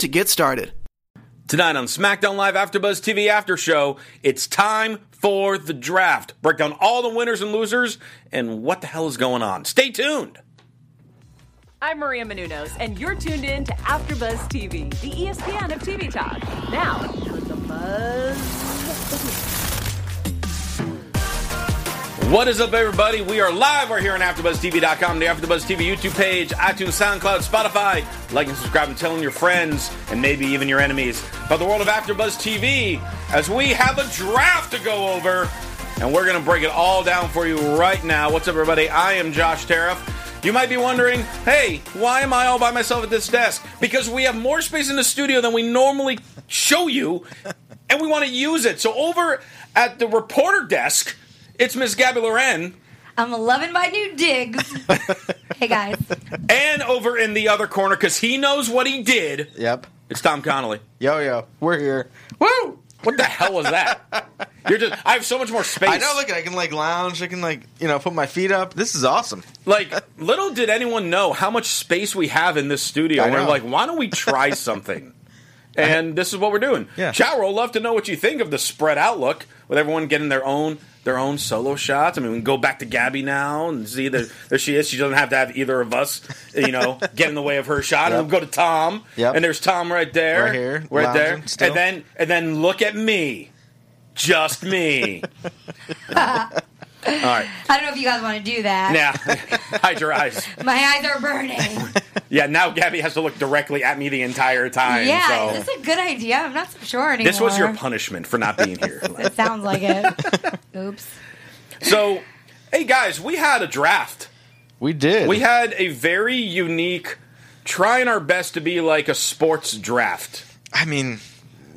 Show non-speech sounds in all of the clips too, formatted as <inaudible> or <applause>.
to get started. Tonight on SmackDown Live AfterBuzz TV After Show, it's time for the draft. Break down all the winners and losers and what the hell is going on. Stay tuned. I'm Maria Menounos, and you're tuned in to AfterBuzz TV, the E ESPN of TV talk. Now, with the buzz. What is up, everybody? We are live right here on AfterBuzzTV.com, the AfterBuzz TV YouTube page, iTunes, SoundCloud, Spotify. Like and subscribe and telling your friends and maybe even your enemies about the world of AfterBuzz TV as we have a draft to go over, and we're going to break it all down for you right now. What's up, everybody? I am Josh Tariff. You might be wondering, hey, why am I all by myself at this desk? Because we have more space in the studio than we normally show you, and we want to use it. So over at the reporter desk. It's Miss Gabby Loren. I'm loving my new <laughs> digs. hey guys. And over in the other corner, because he knows what he did. Yep. It's Tom Connolly. Yo yo, we're here. Woo! What the hell was that? You're just I have so much more space. I know. Look, I can like lounge. I can like you know put my feet up. This is awesome. Like little did anyone know how much space we have in this studio. I We're know. like, why don't we <laughs> try something? and this is what we're doing. Yeah. Chowro, love to know what you think of the spread outlook with everyone getting their own their own solo shots. I mean, we can go back to Gabby now and see that there she is. She doesn't have to have either of us, you <laughs> know, get in the way of her shot. And Yep. we'll go to Tom. Yep. And there's Tom right there, Right here, right there, lounging still. and then and then look at me, just me. <laughs> All right, I don't know if you guys want to do that. now <laughs> hide your eyes. My eyes <laughs> are burning. Yeah, now Gabby has to look directly at me the entire time. yeah, so. is this a good idea? I'm not so sure anymore. This was your punishment for not being <laughs> here. It sounds like it. <laughs> Oops. so, hey guys, we had a draft. We did. We had a very unique, trying our best to be like a sports draft. I mean,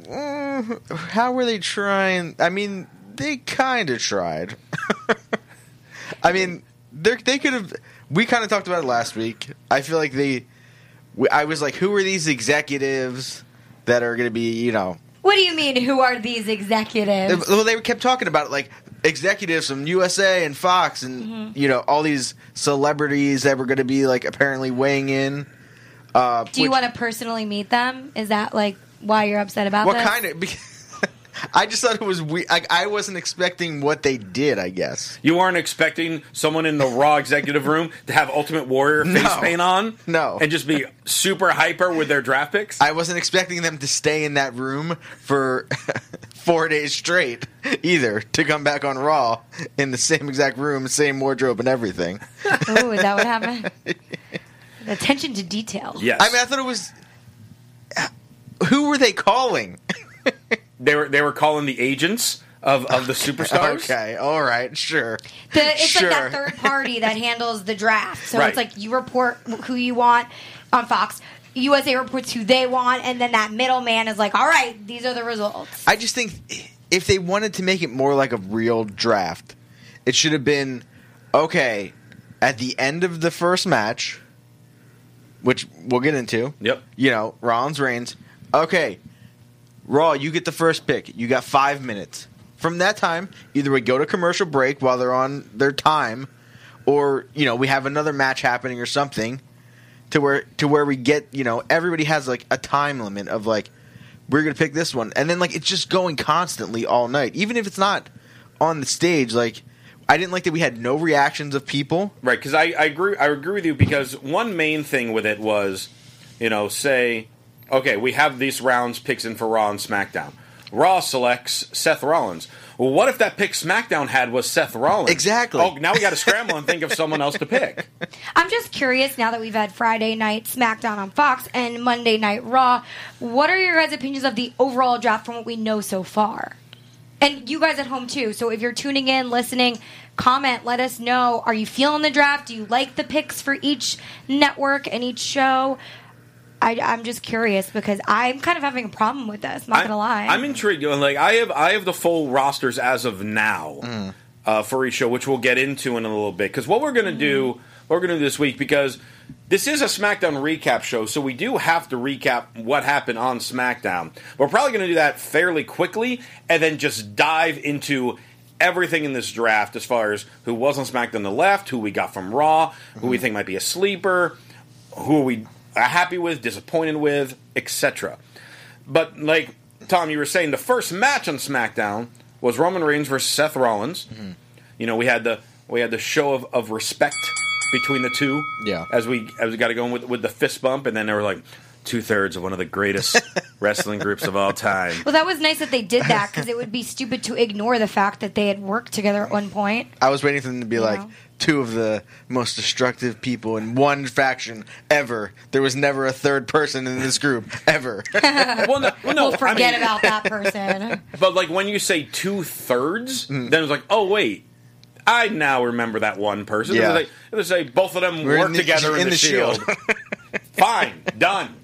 mm, how were they trying? I mean, they kind of tried. <laughs> I mean, they they could have. We kind of talked about it last week. I feel like they. We, I was like, who are these executives that are going to be? You know, What do you mean? Who are these executives? well, they kept talking about it, like executives from USA and Fox, and you know, all these celebrities that were going to be like apparently weighing in. Uh, do you which- want to personally meet them? Is that like why you're upset about What this? kind of? <laughs> Because I just thought it was weird. Like I wasn't expecting what they did. I guess You weren't expecting someone in the Raw executive room to have Ultimate Warrior face No. paint on, No. and just be super hyper with their draft picks. I wasn't expecting them to stay in that room for <laughs> four days straight either. To come back on Raw in the same exact room, same wardrobe, and everything. Oh, is that what <laughs> happened? Attention to detail. yes, I mean, I thought it was. Who were they calling? they were they were calling the agents of <laughs> of the superstars. Okay, all right, sure. The, it's Sure. like that third party that handles the draft. So Right. it's like you report who you want on Fox. USA reports who they want, and then that middleman is like, "All right, these are the results." I just think if they wanted to make it more like a real draft, it should have been okay at the end of the first match, which we'll get into. Yep. You know, Rollins Reigns. Okay, Raw, you get the first pick. You got five minutes. From that time, either we go to commercial break while they're on their time, or you know we have another match happening or something, to where to where we get you know everybody has like a time limit of like we're gonna pick this one, and then like it's just going constantly all night, even if it's not on the stage. Like I didn't like that we had no reactions of people. Right, because I, I agree. I agree with you because one main thing with it was, you know, say, okay, we have these rounds picks in for Raw and SmackDown. Raw selects Seth Rollins. Well, what if that pick SmackDown had was Seth Rollins? Exactly. Oh, now we got to scramble and think of someone else to pick. I'm just curious now that we've had Friday night SmackDown on Fox and Monday night Raw. What are your guys' opinions of the overall draft from what we know so far? And you guys at home too. So if you're tuning in, listening, comment, let us know. Are you feeling the draft? Do you like the picks for each network and each show? I, I'm just curious because I'm kind of having a problem with this. Not I- gonna lie. I'm intrigued. and, Like I have, I have the full rosters as of now uh, for each show, which we'll get into in a little bit. Because what we're gonna do, Mm-hmm. what we're gonna do this week, because this is a SmackDown recap show, so we do have to recap what happened on SmackDown. We're probably gonna do that fairly quickly, and then just dive into. Everything in this draft, as far as who was on SmackDown the left, who we got from Raw, who we think might be a sleeper, who are we uh, happy with, disappointed with, etc. But like Tom, you were saying, the first match on SmackDown was Roman Reigns versus Seth Rollins. You know, we had the we had the show of, of respect between the two. Yeah. as we as we got it going with with the fist bump, and then they were like two thirds of one of the greatest wrestling groups of all time. well, that was nice that they did <laughs> that because it would be stupid to ignore the fact that they had worked together at one point. I was waiting for them to be like Yeah. two of the most destructive people in one faction ever. There was never a third person in this group ever. well, no, well, no, We'll forget I mean, about that <laughs> person. But like when you say two thirds, Mm. then it's like, oh wait. I now remember that one person. Yeah. They, they say both of them We're work in the- together in, in the, the shield. Shield. <laughs> Fine, done.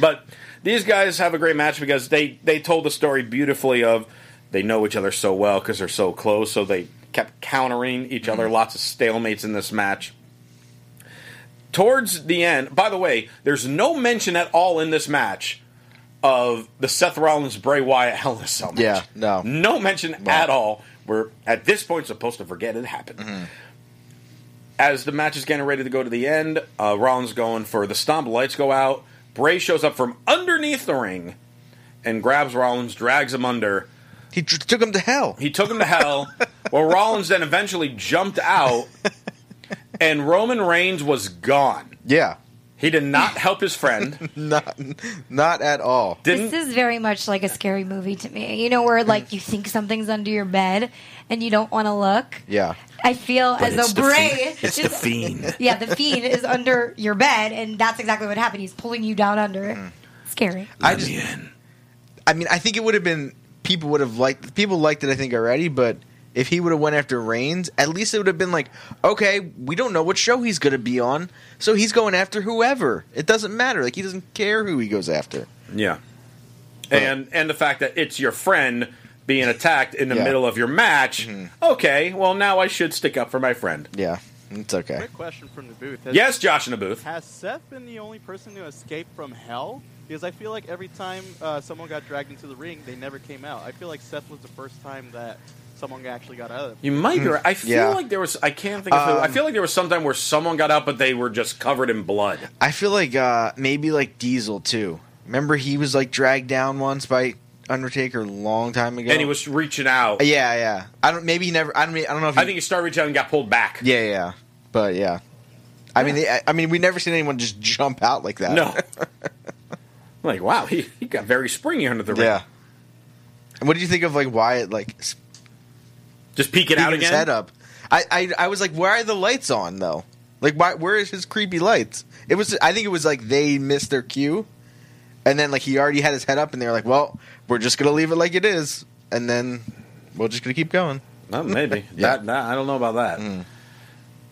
But these guys have a great match because they they told the story beautifully of they know each other so well because they're so close, so they kept countering each Mm. other. Lots of stalemates in this match. Towards the end, by the way, there's no mention at all in this match of the Seth Rollins Bray Wyatt Hell in a Cell match. Yeah, no. no mention at all. We're at this point supposed to forget it happened. Mm-hmm. As the match is getting ready to go to the end, uh, Rollins going for the stomp. Lights go out. Bray shows up from underneath the ring and grabs Rollins, drags him under. he tr- took him to hell. He took him to <laughs> hell. well, Rollins then eventually jumped out, and Roman Reigns was gone. yeah, He did not help his friend. not not at all. Didn't. This is very much like a scary movie to me. You know, where like you think something's under your bed and you don't want to look. Yeah, I feel as it's though the Bray. It's the is- fiend. <laughs> yeah, the fiend is under your bed, and that's exactly what happened. He's pulling you down under. Mm-hmm. it. Scary. I just. I mean, I think it would have been people would have liked people liked it. I think already, but if he would have went after Reigns, at least it would have been like, okay, we don't know what show he's going to be on, so he's going after whoever. It doesn't matter. Like he doesn't care who he goes after. Yeah. And and the fact that it's your friend being attacked in the Yeah. Mm-hmm. middle of your match. Okay, well now I should stick up for my friend. Yeah, it's okay. Quick question from the booth. Has, Yes, Josh in the booth. Has Seth been the only person to escape from hell? Because I feel like every time uh, someone got dragged into the ring, they never came out. I feel like Seth was the first time that someone actually got out of it. You might be right. I feel Hmm. Yeah. like there was. I can't think of. who- I Um, feel like there was some time where someone got out, but they were just covered in blood. I feel like uh, maybe like Diesel too. Remember he was like dragged down once by Undertaker a long time ago. And he was reaching out. yeah, yeah. I don't. Maybe he never. I don't. mean- I don't know if. He, I think he started reaching out and got pulled back. Yeah, yeah. But yeah, I mean, I, I mean, we never seen anyone just jump out like that. No. <laughs> like wow, he, he got very springy under the ring. Yeah. And what do you think of like Wyatt like s- Just peeking out peeking his again. head up? I, I I was like, why are the lights on though? Like, why? Where is his creepy lights? It was. I think it was like they missed their cue, and then like he already had his head up, and they were like, well, we're just gonna leave it like it is, and then we're just gonna keep going. Oh, maybe <laughs> Yeah. Hmm. that, that- I don't know about that.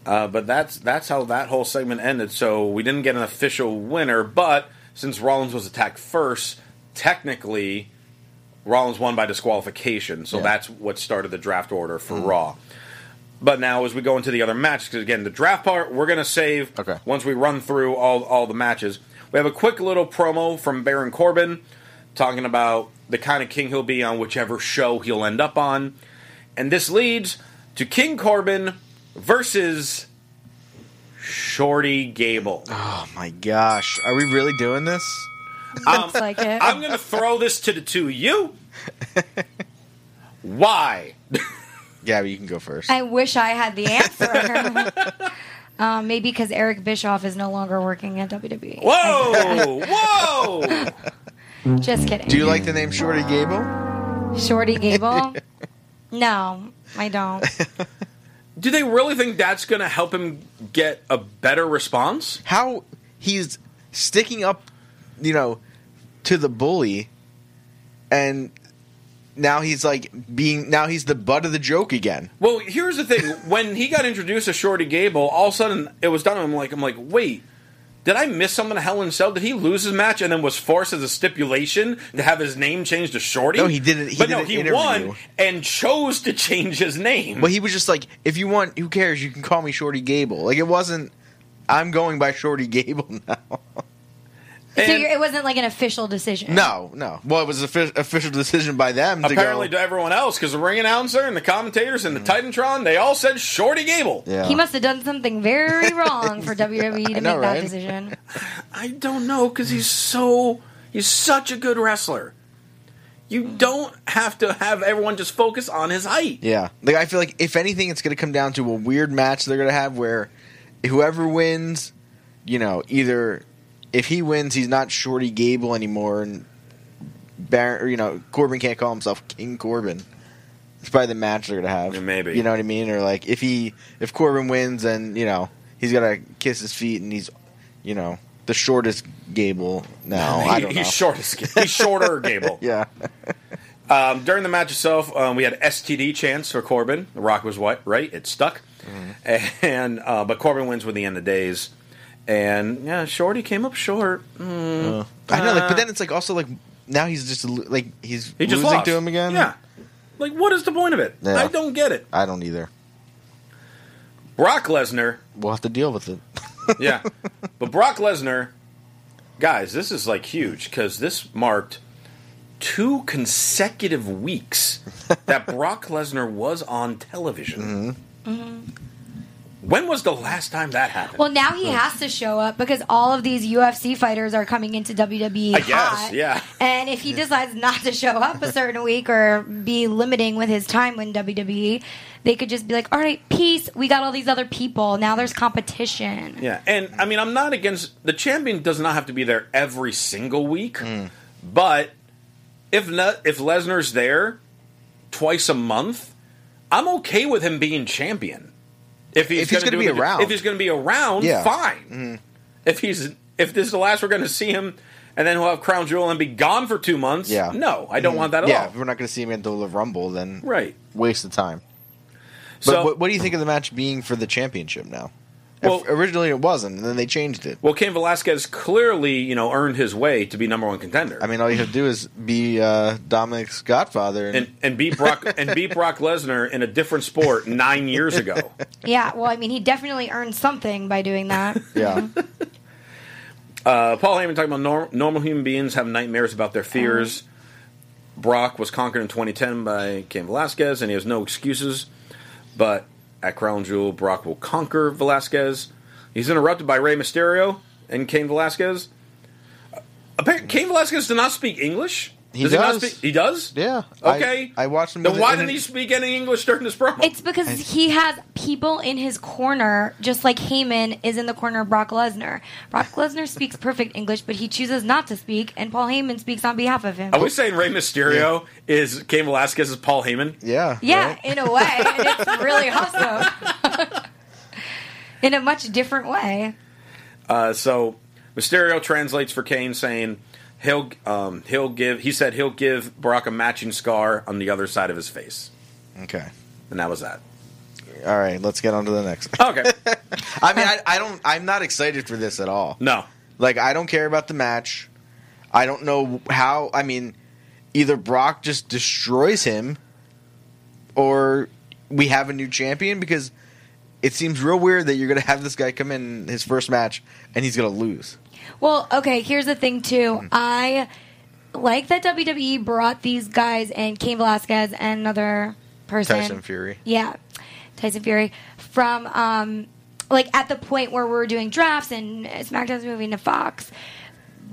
Uh, but that's that's how that whole segment ended. So we didn't get an official winner, but since Rollins was attacked first, technically Rollins won by disqualification. So Yeah. Mm-hmm. that's what started the draft order for Raw. But now as we go into the other match, because again the draft part we're gonna save Okay. once we run through all all the matches. We have a quick little promo from Baron Corbin talking about the kind of king he'll be on whichever show he'll end up on. And this leads to King Corbin versus Shorty Gable. Oh my gosh, are we really doing this? Um, Looks like it. I'm going to throw this to the two of you. Why? Gabby, you can go first. I wish I had the answer. <laughs> um, maybe because Eric Bischoff is no longer working at E. WWE. Whoa! Whoa! <laughs> Just kidding. do you like the name Shorty Gable? <laughs> Shorty Gable? no, I don't. Do they really think that's going to help him get a better response? How he's sticking up, you know, to the bully, and now he's like being now he's the butt of the joke again. Well, here's the thing: when he got introduced to Shorty Gable, all of a sudden it was done. I'm like, I'm like, wait, Did I miss someone in Hell in a Cell? Did he lose his match and then was forced as a stipulation to have his name changed to Shorty? No, he didn't- he but did no, an he interview. won and chose to change his name. But he was just like, if you want, who cares? You can call me Shorty Gable. Like it wasn't. I'm going by Shorty Gable <laughs> now. so And you're, it wasn't like an official decision. no, no. Well, it was an offi- official decision by them. To apparently go, to everyone else, because the ring announcer and the commentators and the Titantron, they all said Shorty Gable. Mm-hmm. yeah. He must have done <laughs> something very wrong for WWE to I know, make right? that decision. I don't know because he's so he's such a good wrestler. You don't have to have everyone just focus on his height. Mm. Yeah. Like I feel like if anything, it's going to come down to a weird match they're going to have where whoever wins, you know, either if he wins, he's not Shorty Gable anymore, and Baron, or, you know, Corbin can't call himself King Corbin. It's probably the match they're going to have. Yeah, maybe. You know what I mean? Or like if he if Corbin wins, then you know he's got to kiss his feet, and he's you know the shortest Gable <laughs> now. Oh, I He- don't know. he's short as he's <laughs> shorter Gable. Yeah. Um, during the match itself, um, we had STD chance for Corbin. The Rock was what right. It stuck, Mm-hmm. and uh, but Corbin wins with the end of days. And yeah, Shorty came up short. I know, like, but then it's like also like now he's just lo- like he's Uh, He just losing lost to him again. Yeah, like what is the point of it? Yeah. I don't get it. I don't either. Brock Lesnar We'll have to deal <laughs> with it. yeah. But Brock Lesnar, guys, this is like huge because this marked two consecutive weeks that Brock Lesnar was on television. When was the last time that happened? Well, now he has to show up because all of these UFC fighters are coming into WWE. I guess, hot. yeah. And if he decides not to show up a certain week or be limiting with his time in WWE, they could just be like, "All right, peace. We got all these other people. Now there's competition." yeah. And I mean, I'm not against the champion does not have to be there every single week, Hmm. but if not, if Lesnar's there twice a month, I'm okay with him being champion. If he's, If he's gonna gonna do be the- around. if he's going to be around, Yeah. Hmm. fine. If he's if this is the last we're going to see him, and then he'll have Crown Jewel and be gone for two months. Yeah. Hmm. no, I don't want that at yeah, all. if we're not going to see him at the Rumble, then Right. waste of time. But So- what, what do you think of the match being for the championship now? Well- If- originally it wasn't, and then they changed it. Well, Cain Velasquez clearly, you know, earned his way to be number one contender. I mean, all you have to do is be uh, Dominic's godfather, and, and and beat Brock and beat Brock Lesnar in a different sport nine years ago. Yeah, well, I mean, he definitely earned something by doing <laughs> that. yeah, Uh, Paul Heyman talking about norm- normal human beings have nightmares about their fears. Brock was conquered in 2010 by Cain Velasquez, and he has no excuses. But at Crown Jewel, Brock will conquer Velasquez. He's interrupted by Rey Mysterio and Cain Velasquez. Apparently, Cain Velasquez did not speak English. He he not does. speak- he does. yeah. I- Okay. I, watched him. Then with why it in didn't he an- speak any English during this promo? It's because he has people in his corner, just like Heyman is in the corner of Brock Lesnar. Brock Lesnar speaks perfect English, but he chooses not to speak, and Paul Heyman speaks on behalf of him. Are we saying Rey Mysterio is Cain Velasquez is Paul Heyman? Yeah, yeah, right? in a way, and it's really awesome. in a much different way. Uh, so Mysterio translates for Kane, saying he'll um, he'll give. He said he'll give Brock a matching scar on the other side of his face, Okay. and that was that. All right, let's get on to the next. <laughs> Okay, I mean, I, I don't. I'm not excited for this at all. <laughs> no, Like I don't care about the match. I don't know how. I mean, either Brock just destroys him, or we have a new champion because it seems real weird that you're going to have this guy come in his first match and he's going to lose. Well, okay, here's the thing too. Hmm. I like that WWE brought these guys and Cain Velasquez and another person Tyson Fury. Yeah. Tyson Fury from um like at the point where we were doing drafts and SmackDown's moving to Fox.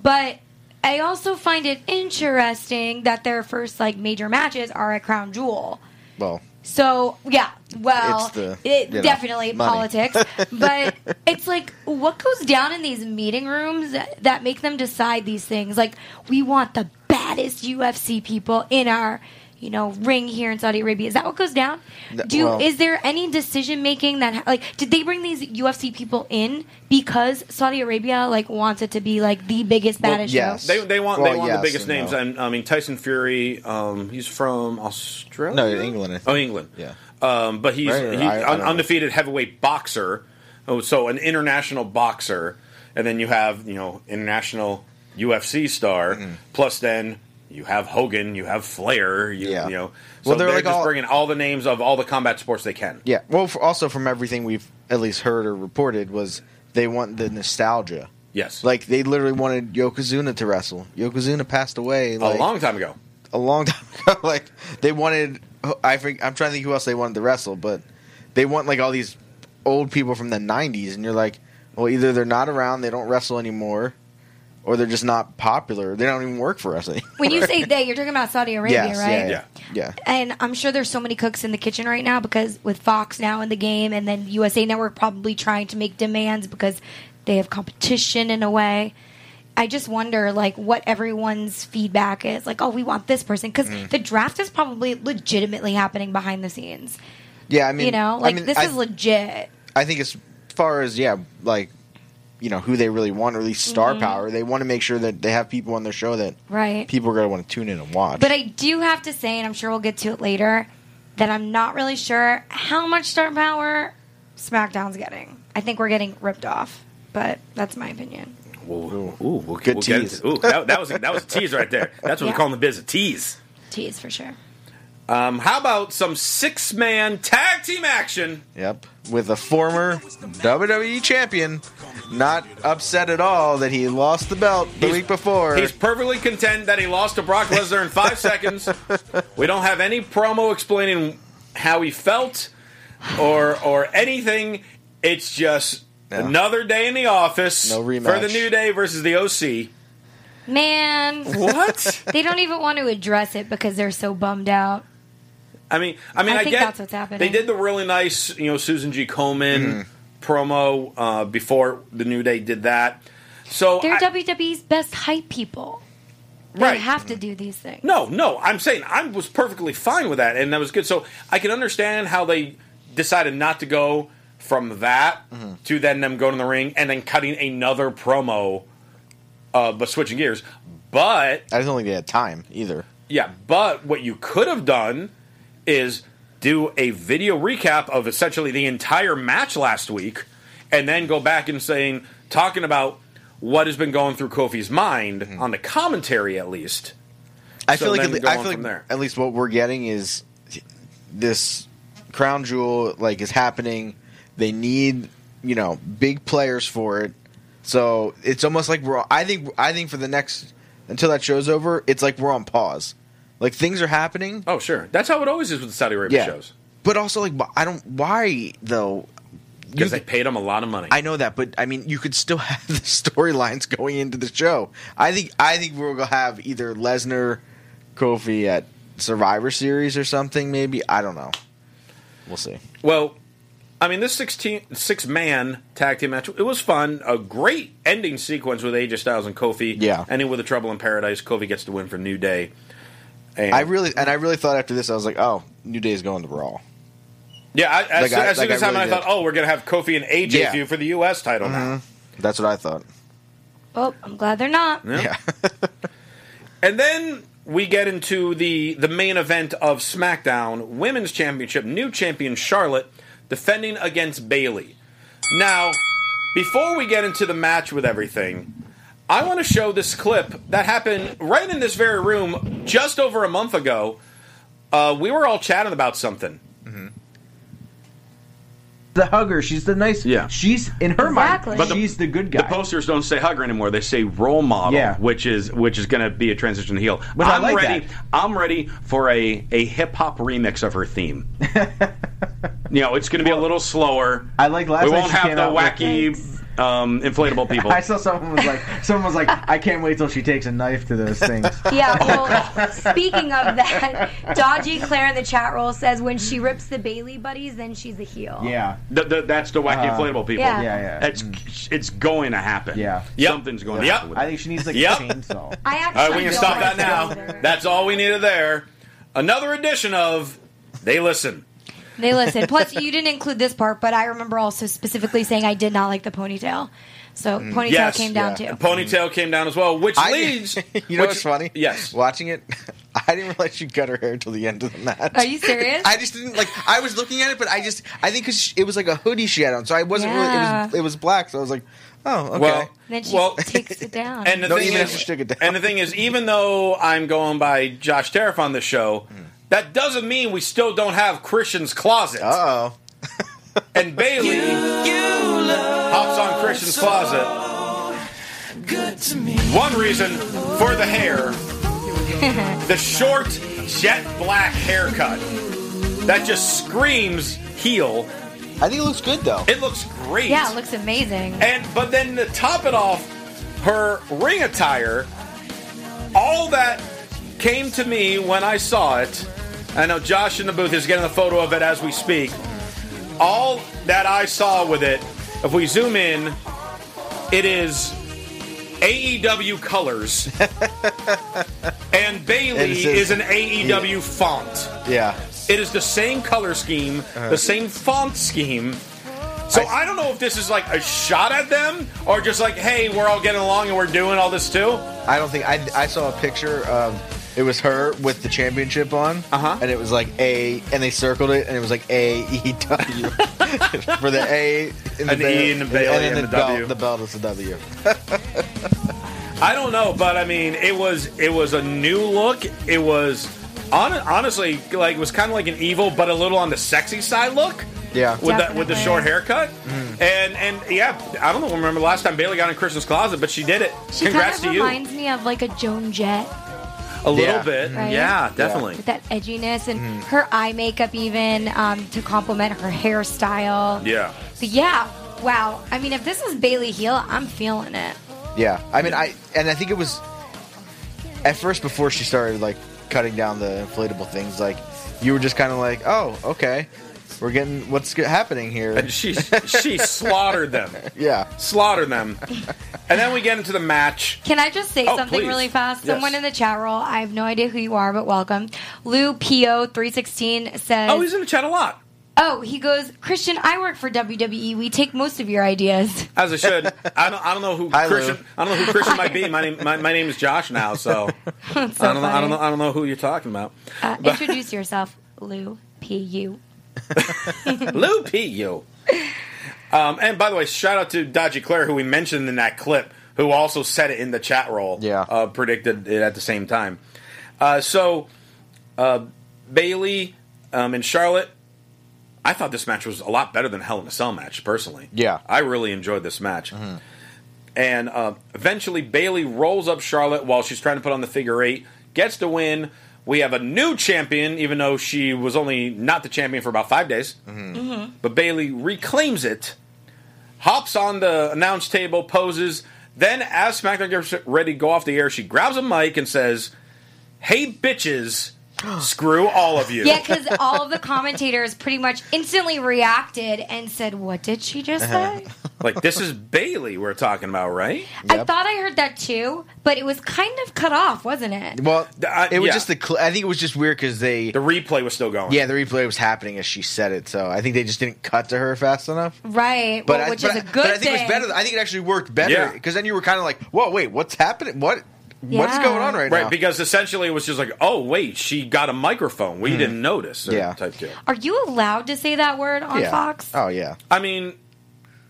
But I also find it interesting that their first like major matches are at Crown Jewel. Well, So yeah, well, It's the, it, you know, definitely money. politics, <laughs> but it's like what goes down in these meeting rooms that, that make them decide these things. Like we want the baddest UFC people in our, you know, ring here in Saudi Arabia. Is that what goes down? No, Do well- is there any decision making that ha- like did they bring these UFC people in because Saudi Arabia like wants it to be like the biggest Well, baddest yes. show? they they want Well, they want yes the biggest and no. names. And I mean Tyson Fury, um, he's from Australia, No, England, I think. Oh, England, Yeah. Um, but he's Right, right, he's I- un- I don't know. undefeated heavyweight boxer, oh, so an international boxer. and then you have you know international UFC star, Mm-hmm. plus then you have Hogan, you have Flair, you, Yeah. you know. So Well, they're, they're like just all- bringing all the names of all the combat sports they can. Yeah. Well, for, also from everything we've at least heard or reported was they want the nostalgia. Yes, Like they literally wanted Yokozuna to wrestle. Yokozuna passed away like, a long time ago. a long <laughs> time ago. like they wanted. I think I'm trying to think who else they wanted to wrestle, but they want like all these old people from the '90s, and you're like, well, either they're not around, they don't wrestle anymore, or they're just not popular. They don't even work for <laughs> us anymore. When you say they, you're talking about Saudi Arabia, Yes, right? Yeah. Yeah. And I'm sure there's so many cooks in the kitchen right now because with Fox now in the game and then USA Network probably trying to make demands because they have competition in a way. I just wonder like what everyone's feedback is. Like, oh, we want this person because Mm. the draft is probably legitimately happening behind the scenes. Yeah, I mean, you know, like I mean, this I- is legit. I think as far as yeah, like you know who they really want, or at least star power, they want to make sure that they have people on their show that Mm-hmm. Right. people are going to want to tune in and watch. But I do have to say, and I'm sure we'll get to it later, that I'm not really sure how much star power SmackDown's getting. I think we're getting ripped off, but that's my opinion. Ooh, ooh, we'll, Good we'll get tease. into- ooh, that, that was a, that was a tease right there. That's what we Yeah. call in the biz a tease. Tease for sure. Um, how about some six man tag team action? yep, with a former WWE champion, not upset at all that he lost the belt the He's- week before. He's perfectly content that he lost to Brock Lesnar in <laughs> five seconds. We don't have any promo explaining how he felt or or anything. It's just Yeah. another day in the office No rematch. for the New Day versus the OC. Man, What? they don't even want to address it because they're so bummed out. I mean, I mean, I, I think get that's what's happening. They did the really nice, you know, Susan G. Komen Mm-hmm. promo uh, before the New Day did that. So They're I- WWE's best hype people. They Right. have to do these things. No, no, I'm saying I was perfectly fine with that, and that was good. So I can understand how they decided not to go from that to then them going to the ring and then cutting another promo, uh, but switching gears. But I don't think they had time either. yeah, but what you could have done is do a video recap of essentially the entire match last week, and then go back and saying talking about what has been going through Kofi's mind on the commentary at least. I So feel like then at go le- I on feel from like there. at least what we're getting is this crown jewel like is happening. They need you know big players for it, so it's almost like we're. I think I think for the next until that show's over, it's like we're on pause. Like things are happening, Oh sure, that's how it always is with the Saudi Arabia yeah. shows. But also like wh- I don't why though. You because they could- paid him a lot of money. I know that, but I mean, you could still <laughs> have the storylines going into the show. I think I think we're gonna have either Lesnar, Kofi at Survivor Series or something. Maybe I don't know. We'll see. well, I mean, this 16, six man tag team match, it was fun. A great ending sequence with AJ Styles and Kofi. Yeah. Ending with a Trouble in Paradise. Kofi gets to win for New Day. And I really and I really thought after this, I was like, oh, New Day is going to Raw. yeah, I, as, Like, soon- I- as like, soon as I I, really I thought, did. oh, we're going to have Kofi and AJ Yeah. Mm-hmm. feud for the U.S. title now. That's what I thought. Oh, I'm glad they're not. Yeah. Yeah, And then we get into the, the main event of SmackDown Women's Championship, new champion Charlotte defending against Bailey. Now, before we get into the match with everything, I want to show this clip that happened right in this very room just over a month ago. Uh, we were all chatting about something. the hugger. She's the nice. Yeah. She's in her Exactly. mind. But the- she's the good guy. posters don't say hugger anymore; they say role model, Yeah. which is which is going to be a transition to heel. But I I'm like ready- that. I'm ready for a a hip hop remix of her <laughs> theme. you know, it's going to be a little slower. I like last We night won't she have came the out with- wacky um, inflatable people. <laughs> I saw someone <laughs> was like, someone was like, I can't wait till she takes a knife to those things. Yeah, well, speaking of that, Dodgy Claire in the chat roll says when she rips the Bailey buddies, then she's a heel. Yeah, Th- th- that's the wacky Uh, inflatable people. yeah. yeah, yeah. Mm. That's it's going to happen. Yeah. Yep. something's going to Yep. happen. With I it. think she needs like Yep. a chainsaw. I actually All right, we can don't stop like that now. Bailey. That's all we needed there. Another edition of they listen. They listen. Plus, you didn't include this part, but I remember also specifically saying I did not like the ponytail. So ponytail Mm. Yes, came down yeah. too. Ponytail came down as well, which I- leads. <laughs> you know which- what's funny? Yes. watching it, <laughs> I didn't realize she cut her hair till the end of the match. Are you serious? <laughs> I just didn't like. I was looking at it, but I just I think 'cause it was like a hoodie she had on, so I wasn't really. It was, Yeah. it was black, so I was like, oh, okay. Well, then she well, <laughs> takes it down. and the No, thing even if is, she took it down. and the thing is, even though I'm going by Josh Tariff on the show, Hmm. that doesn't mean we still don't have Christian's closet. Uh oh. and Bailey hops on Christian's closet. One reason for the <laughs> hair, the short jet black haircut that just screams heel. I think it looks good though. It looks great. yeah, it looks amazing. And but then to top it off, her ring attire, all that came to me when I saw it. I know Josh in the booth is getting a photo of it as we speak. All that I saw with it, if we zoom in, it is AEW <laughs> colors. and And it Bailey says- is an AEW font. yeah. It is the same color scheme, the same font scheme. So Uh-huh. I, don't know if this is like a shot at them or just like, hey, we're all getting along and we're doing all this too. I don't think I, I saw a picture of it was her with the championship on, Uh-huh. and it was like A, and they circled it, and it was like A E W <laughs> for the A, and An E and the Bailey and then the belt- W. The belt is the W. I don't know, but I mean, it was it was a new look. It was on, honestly like it was kind of like an evil, but a little on the sexy side look. Yeah. with that with the Definitely. short haircut, and and yeah, I don't know, remember the last time Bailey got in Christian's closet, but she did it. She Congrats kind of to you. reminds me of like a Joan Jett A little Yeah. bit, Right? yeah, definitely. with that edginess and Mm-hmm. her eye makeup, even um, to complement her hairstyle. Yeah. But yeah, wow. I mean, if this is Bailey heel, I'm feeling it. Yeah, I mean, I and I think it was at first before she started like cutting down the inflatable things. Like you were just kind of like, oh, okay, we're getting what's g- happening here. and she <laughs> she slaughtered them, Yeah, slaughtered them, and then we get into the match. Can I just say Oh, something please. really fast? Yes. Someone in the chat roll, I have no idea who you are, but welcome. Lou PO316 says, Oh, he's in the chat a lot, Oh, he goes, Christian, I work for WWE. We take most of your ideas. <laughs> as I should. I don't I don't know who Hi, Lou. Christian I don't know who Christian might be. My name my, my name is Josh now, so, I don't know, I don't know I don't know who you're talking about. Uh, introduce yourself, Lou PU. Lou P. You. Um, and by the way, shout out to Dodgy Claire, who we mentioned in that clip, who also said it in the chat roll. Yeah. Uh, predicted it at the same time. Uh, so, uh, Bailey um, and Charlotte, I thought this match was a lot better than Hell in a Cell match, personally. Yeah. I really enjoyed this match. And uh, eventually, Bailey rolls up Charlotte while she's trying to put on the figure eight, gets the win. We have a new champion, even though she was only not the champion for about five days. But Bailey reclaims it, hops on the announce table, poses. Then, as SmackDown gets ready to go off the air, she grabs a mic and says, Hey, bitches, screw all of you. Yeah, because all of the commentators pretty much instantly reacted and said, What did she just Uh-huh. say? Like, this is Bailey we're talking about, right? I Yep. thought I heard that too, but it was kind of cut off, wasn't it? well, Th- I- it uh, was yeah. just the. Cl- I think it was just weird because they. The replay was still going. yeah, the replay was happening as she said it, so I think they just didn't cut to her fast enough. Right, But well, I, which but is I- a good but I think thing. it was better. I think it actually worked better Yeah. because then you were kind of like, "Whoa, wait, what's happening? What, what's Yeah. going on right, Right, now?" because essentially it was just like, oh wait, she got a microphone. We didn't notice. or Hmm. Yeah. type deal. Are you allowed to say that word on yeah. Fox? Oh yeah, I mean,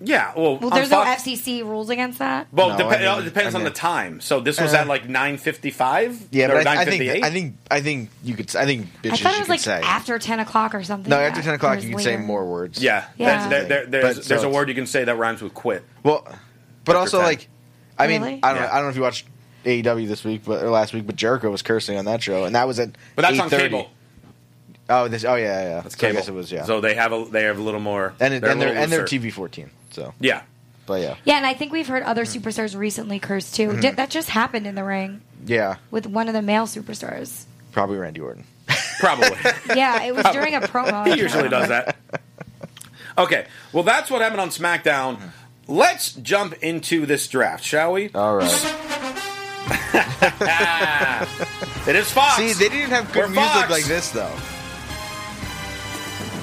yeah. Well, well, on there's Fox- no FCC rules against that. Well, No, depe- I mean- it depends I on the mean- time. So this was Uh, at like nine fifty five. or yeah. But I, nine I think fifty eight. I think I think you could. s- I think bitches I thought you it was could like say. after ten o'clock or something. No, like after that, ten or o'clock, it you can was say later. more words. Yeah, Yeah. There, there- there's, But, so there's a it's- word you can say that rhymes with quit. Well, but also 10. like, I mean, Really? I don't, know, Yeah. I don't know if you watched AEW this week, but or last week, but Jericho was cursing on that show, and that was at. But that's on 8:30. cable. Oh, this. Oh yeah, yeah. That's so I cable. guess it was yeah. So they have a they have a little more and it, a and they're little and they're looser. TV fourteen. So Yeah, but yeah, Yeah, and I think we've heard other superstars recently curse too. Did, that just happened in the ring yeah, with one of the male superstars. probably Randy Orton. probably. <laughs> Yeah, it was during a <laughs> promo. he usually does that. Okay, well that's what happened on SmackDown. Let's jump into this draft, shall we? All right. <laughs> It is Fox. See, they didn't have We're good music Fox. like this though.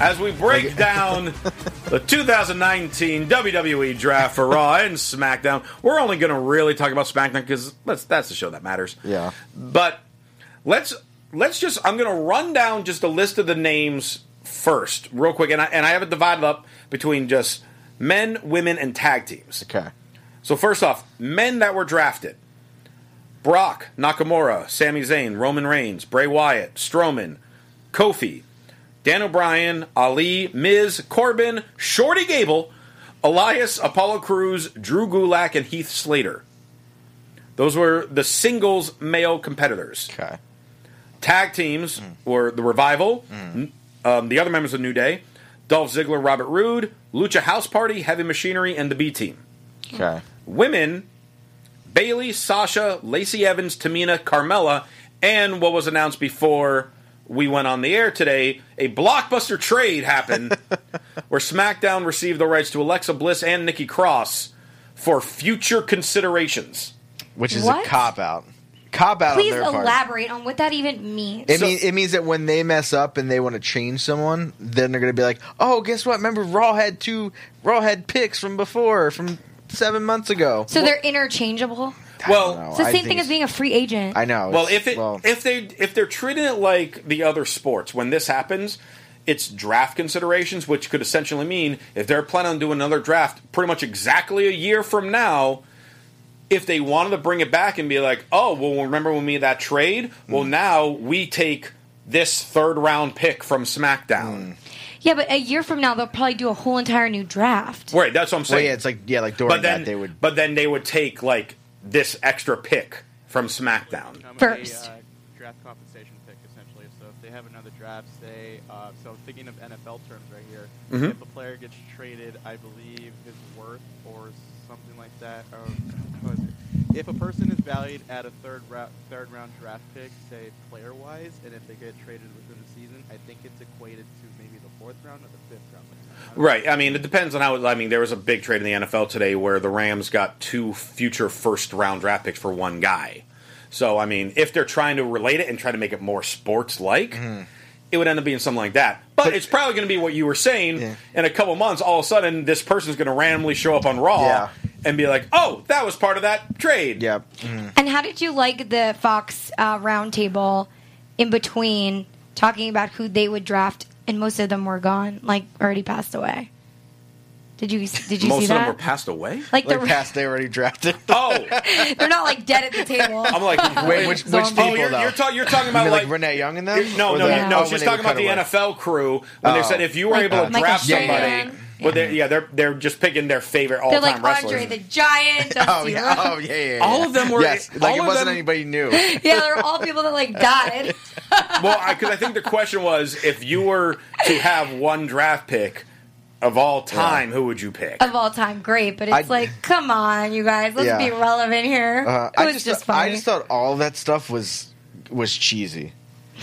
As we break down the 2019 WWE E draft for Raw and SmackDown, we're only going to really talk about SmackDown because that's the show that matters. Yeah. But let's let's just I'm going to run down just a list of the names first, real quick, and I and I have it divided up between just men, women, and tag teams. Okay. So first off, men that were drafted: Brock, Nakamura, Sami Zayn, Roman Reigns, Bray Wyatt, Strowman, Kofi, Dan O'Brien, Ali, Miz, Corbin, Shorty Gable, Elias, Apollo Cruz, Drew Gulak, and Heath Slater. Those were the singles male competitors. Okay. Tag teams were The Revival, n- um, the other members of New Day, Dolph Ziggler, Robert Roode, Lucha House Party, Heavy Machinery, and the B Team. Okay. Women, Bailey, Sasha, Lacey Evans, Tamina, Carmella, and what was announced before we went on the air today, a blockbuster trade happened where SmackDown received the rights to Alexa Bliss and Nikki Cross for future considerations. Which is What? a cop out. Cop out Please on their part. elaborate on what that even means. It, So- mean, it means that when they mess up and they want to change someone, then they're going to be like, "Oh, guess what? Remember, Raw had two Raw had picks from before, from seven months ago." so they're interchangeable. Well, know. It's the same I think thing as it's- being a free agent. I know. Well, it's- if it well, if they if they're treating it like the other sports, when this happens, it's draft considerations, which could essentially mean if they're planning on doing another draft, pretty much exactly a year from now. If they wanted to bring it back and be like, oh, well, remember when we made that trade? Mm. Well, now we take this third round pick from Mm. SmackDown. Yeah, but a year from now they'll probably do a whole entire new draft. Right, that's what I'm well, saying. yeah, it's like yeah, like during but then that they would. but then they would take like this extra pick from SmackDown. I'm First. A, uh, draft compensation pick, essentially. So if they have another draft, say, uh, so I'm thinking of NFL terms right here. Mhm. If a player gets traded, I believe his worth or something like that. Or, what is it? If a person is valued at a third round, third round draft pick, say player wise, and if they get traded within the season, I think it's equated to maybe the fourth round or the fifth round. I don't Right. I mean, it depends on how. I mean, there was a big trade in the NFL today where the Rams got two future first round draft picks for one guy. So, I mean, if they're trying to relate it and try to make it more sports like, it would end up being something like that. But, it's probably going to be what you were saying. Yeah. In a couple months, all of a sudden, this person's going to randomly show up on Raw Yeah. and be like, oh, that was part of that trade. Yeah, And how did you like the Fox uh, roundtable in between talking about who they would draft, and most of them were gone, like already passed away? Did you did you Most see of that? them were passed away. like the like past they already drafted. Oh, they're not like dead at the table. I'm like, <laughs> Wait, which which Zombies. people oh, you're, though? you're, talk- you're talking You about mean, like, like Renee Young and You're- them? no, Or no, the- Yeah. no. oh, when she's they talking would about cut the away. NFL crew when they Oh. said if you were Like, able to uh, Michael draft Strahan, somebody, well, they're, yeah, they're they're just picking their favorite all they're time like wrestlers. Andre the Giant. <laughs> Oh Dusty yeah, oh Rhodes. yeah, yeah, yeah. All of them were- Yes, all like it of wasn't them- anybody new. yeah, they're all people that like died. well, because I, think the question was if you were to have one draft pick of all time, who would you pick? of all time great, but it's I- like, come on, you guys, let's Yeah. be relevant here. Uh, it I was just, just, thought, funny. I just thought all that stuff was was cheesy.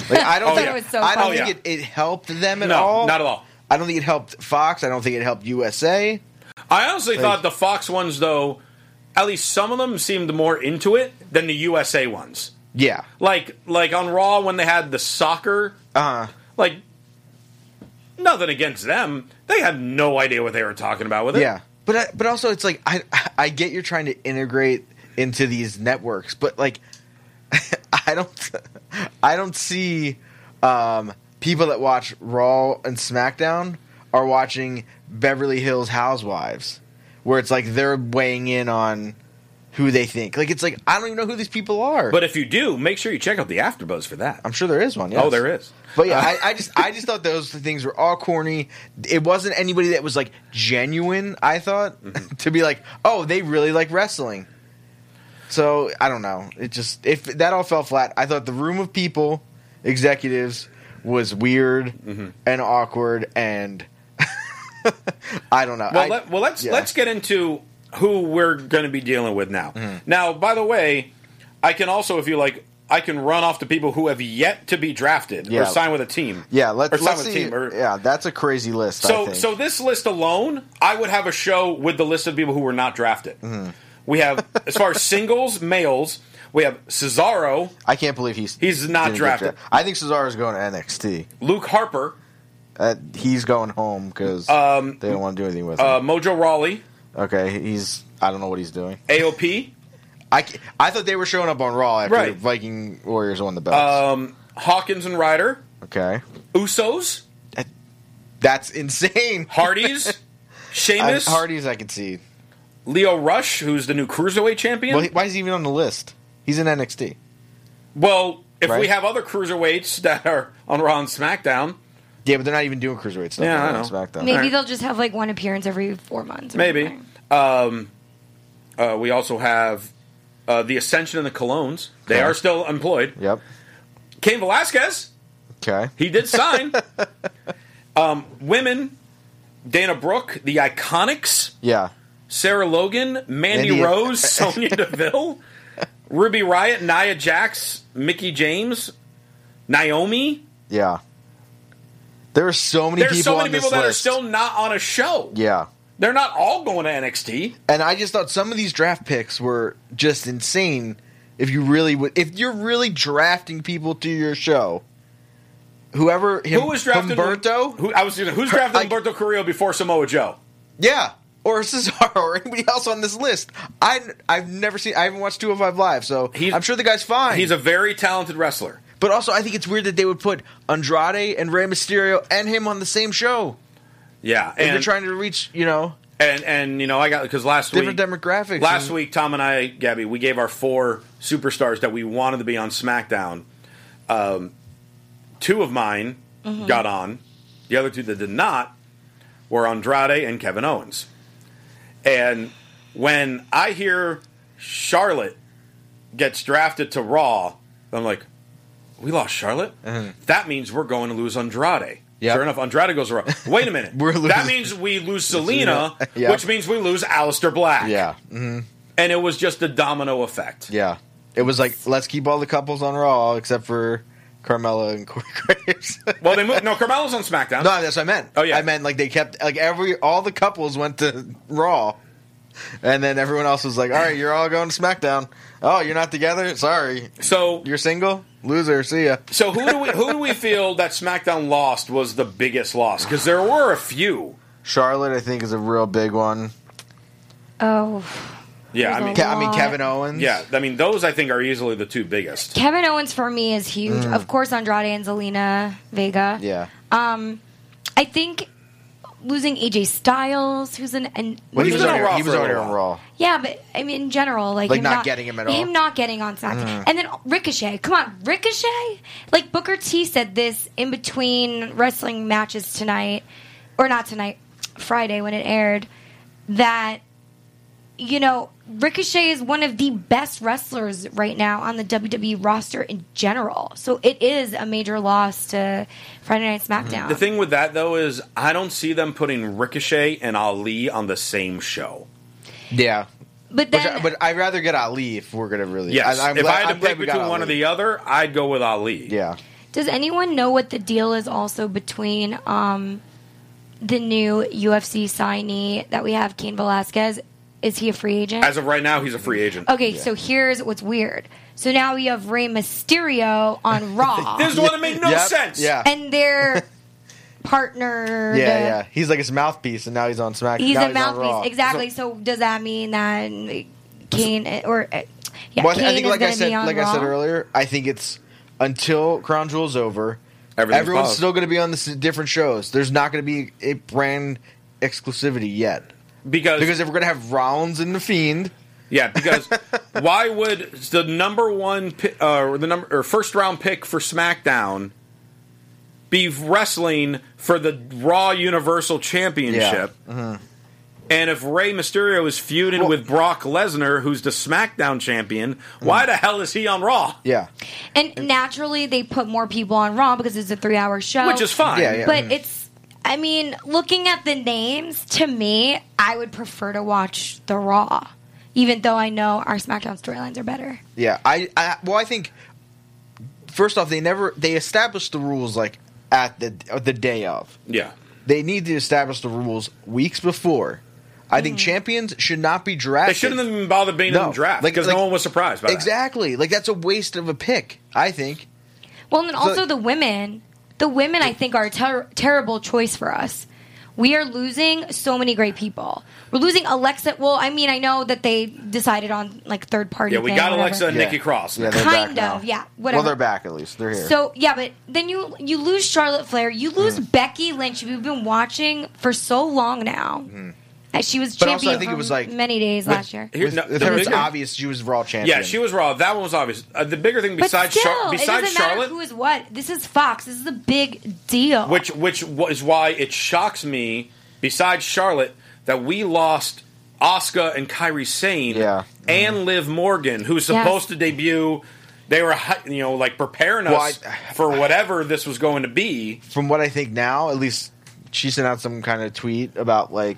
Like I don't Oh, think yeah. I thought it was so I don't funny. think it, it helped them at no, all. not at all. I don't think it helped Fox. I don't think it helped USA. I honestly thought the Fox ones, though, at least some of them seemed more into it than the USA ones. Yeah. Like like on Raw when they had the soccer, Uh like nothing against them, they had no idea what they were talking about with it. yeah. But I, but also it's like I I get you're trying to integrate into these networks, but like <laughs> I don't I don't see um, people that watch Raw and SmackDown are watching Beverly Hills Housewives, where it's like they're weighing in on who they think. Like it's like I don't even know who these people are. But if you do, make sure you check out the AfterBuzz for that. I'm sure there is one. Yes. Oh, there is. But yeah, I, I just I just thought those things were all corny. It wasn't anybody that was like genuine. I thought Mm-hmm. to be like, oh, they really like wrestling. So I don't know. It just if that all fell flat. I thought the room of people, executives, was weird Mm-hmm. and awkward, and <laughs> I don't know. Well, I- let, well let's yeah. let's get into who we're going to be dealing with now. Mm-hmm. Now, by the way, I can also, if you like, I can run off the people who have yet to be drafted or Yeah. sign with a team. yeah, or let's, sign let's with a see. team. Or, yeah, that's a crazy list. I So, think. so this list alone, I would have a show with the list of people who were not drafted. Mm-hmm. We have, as far as singles males, we have Cesaro, I can't believe he's He's not didn't get drafted. I think Cesaro's going to NXT. Luke Harper, Uh, he's going home because they don't want to do anything with him. uh, Mojo Rawley, okay, he's I don't know what he's doing. AOP, I, ca- I thought they were showing up on Raw after Right. Viking Warriors won the belts. um, Hawkins and Ryder, Okay. Usos, Uh, That's insane. Hardys, <laughs> I, Sheamus, Hardy's I can see. Leo Rush, who's the new cruiserweight champion. Well, Well, he, why is he even on the list? He's in NXT. if we Right. have other cruiserweights that are on Raw and SmackDown, Yeah, but they're not even doing cruiserweight stuff. Yeah, I They're on know. SmackDown. Maybe Alright. they'll just have like one appearance every four months. or maybe. something. Um, uh, we also have uh, the Ascension and the Colones. They Yeah. are still employed. Yep. Cain Velasquez, Okay. he did <laughs> sign. um, women, Dana Brooke, the Iconics. Yeah. Sarah Logan, Mandy Mandy- <laughs> Rose, Sonya Deville, Ruby Riot, Nia Jax, Mickey James, Naomi. Yeah. There are so many There's people so many on this people that are list. still not on a show. yeah. They're not all going to NXT. And I just thought some of these draft picks were just insane. If you really would, if you're really drafting people to your show, whoever him, Who was drafted? Humberto, Who, I was gonna, who's drafted I- Humberto Carrillo before Samoa Joe? yeah, or <laughs> Cesaro, or anybody else on this list. I I've never seen, I haven't watched 205 live, so He's- I'm sure the guy's fine. He's a very talented wrestler. but also, I think it's weird that they would put Andrade and Rey Mysterio and him on the same show. Yeah, And they're and trying to reach, you know, and, and you know I got because last different week demographics. Last and- week, Tom and I, Gabby, we gave our four superstars that we wanted to be on SmackDown. Um, two of mine got on. The other two that did not were Andrade and Kevin Owens. And when I hear Charlotte gets drafted to Raw, I'm like, we lost Charlotte? That means we're going to lose Andrade. Uh-huh. Yep. Sure enough, Andrade goes to Raw. Wait a minute. <laughs> We're That losing- means we lose Selena, <laughs> Yep. which means we lose Aleister Black yeah, and it was just a domino effect. Yeah. It was like, let's keep all the couples on Raw except for Carmella and Corey <laughs> Graves. no, Well, they moved. No, Carmelo's on SmackDown. that's what I meant. Oh, yeah. I meant like they kept, like every, all the couples went to Raw. And then everyone else was like, all right, you're all going to SmackDown. Oh, you're not together? Sorry. so, You're single? Loser. See ya. so who do we who do we feel that SmackDown lost was the biggest loss? Because there were a few. Charlotte, I think, is a real big one. Oh, Yeah, I There's mean, Ke- I mean, Lot. Kevin Owens. yeah, I mean, those I think are easily the two biggest. Kevin Owens for me is huge. Of course, Andrade and Zelina Vega. Mm. Yeah. I think losing AJ Styles, who's an, an Well, he he's was, been already, on Raw he was for a already little on while. Raw. yeah, but I mean in general, like, Like, him not getting him at all. Mm-hmm. him not getting on SmackDown, and then Ricochet. Come on, Ricochet! Like Booker T said this in between wrestling matches tonight, or not tonight, Friday when it aired, that you know Ricochet is one of the best wrestlers right now on the WWE roster in general. So it is a major loss to Friday Night Mm-hmm. SmackDown. The thing with that though is I don't see them putting Ricochet and Ali on the same show. Yeah. but Which then, I, but I'd rather get Ali if we're going to really. Yes, I, if I had am to pick between one or the other, I'd go with Ali. Yeah. Does anyone know what the deal is also between um, the new UFC signee that we have, Cain Velasquez? Is he a free agent? As of right now, he's a free agent. okay, so here's what's weird. So now we have Rey Mysterio <laughs> on This Raw, is the one that made no Yep, sense. Yeah. and <laughs> their partner. Yeah, yeah. He's like his mouthpiece, and now he's on SmackDown. He's now a on Raw. mouthpiece, exactly. So, does that mean that Kane or uh, yeah, Well, I Kane think, is like I going to said, be on like Raw? I said earlier, I think it's until Crown Jewel's over, Everything's everyone's paused. still going to be on the s- different shows. There's not going to be a brand exclusivity yet because if we're going to have Rollins and the Fiend, Yeah, <laughs> because why would the number one pi- uh, or the number or first round pick for SmackDown be wrestling for the Raw Universal Championship? Mm-hmm. And if Rey Mysterio is feuding with Brock Lesnar, who's the SmackDown champion, Mm. why the hell is he on Raw? yeah, and naturally they put more people on Raw because it's a three-hour show, Which is fine. Yeah, yeah. But it's, I mean, looking at the names, to me, I would prefer to watch the Raw, even though I know our SmackDown storylines are better. yeah. I, I well, I think first off, they never they established the rules like at the uh, the day of. Yeah. They need to establish the rules weeks before. I Mm-hmm. think champions should not be drafted. They shouldn't have even bothered being in the draft because no one was surprised by that. exactly. Like that's a waste of a pick. I think. Well, and then also like- the women, the women I think are a ter- terrible choice for us. We are losing so many great people. We're losing Alexa. Well, I mean, I know that they decided on like third party. Yeah, we thing, got whatever. Alexa and Yeah. Nikki Cross. Yeah, they're Kind back of, now. yeah, whatever. Well, they're back at least. They're here. So yeah, but then you you lose Charlotte Flair, you lose Becky Lynch, who we've been watching for so long now. Uh, She was But champion also, I think for it was, like, many days with- last year. Here- with, no, with the her, it's bigger- obvious she was Raw champion. Yeah, she was raw. That one was obvious. Uh, the bigger thing But besides still, Char- it besides doesn't matter Charlotte, who is what. This is Fox. This is a big deal. which which wa- is why it shocks me. Besides Charlotte, that we lost Oscar and Kyrie Sane Yeah. Mm-hmm. and Liv Morgan, who's Yes. supposed to debut. They were hi- you know like preparing Well, us I- for whatever this was going to be. From what I think now, at least she sent out some kind of tweet about like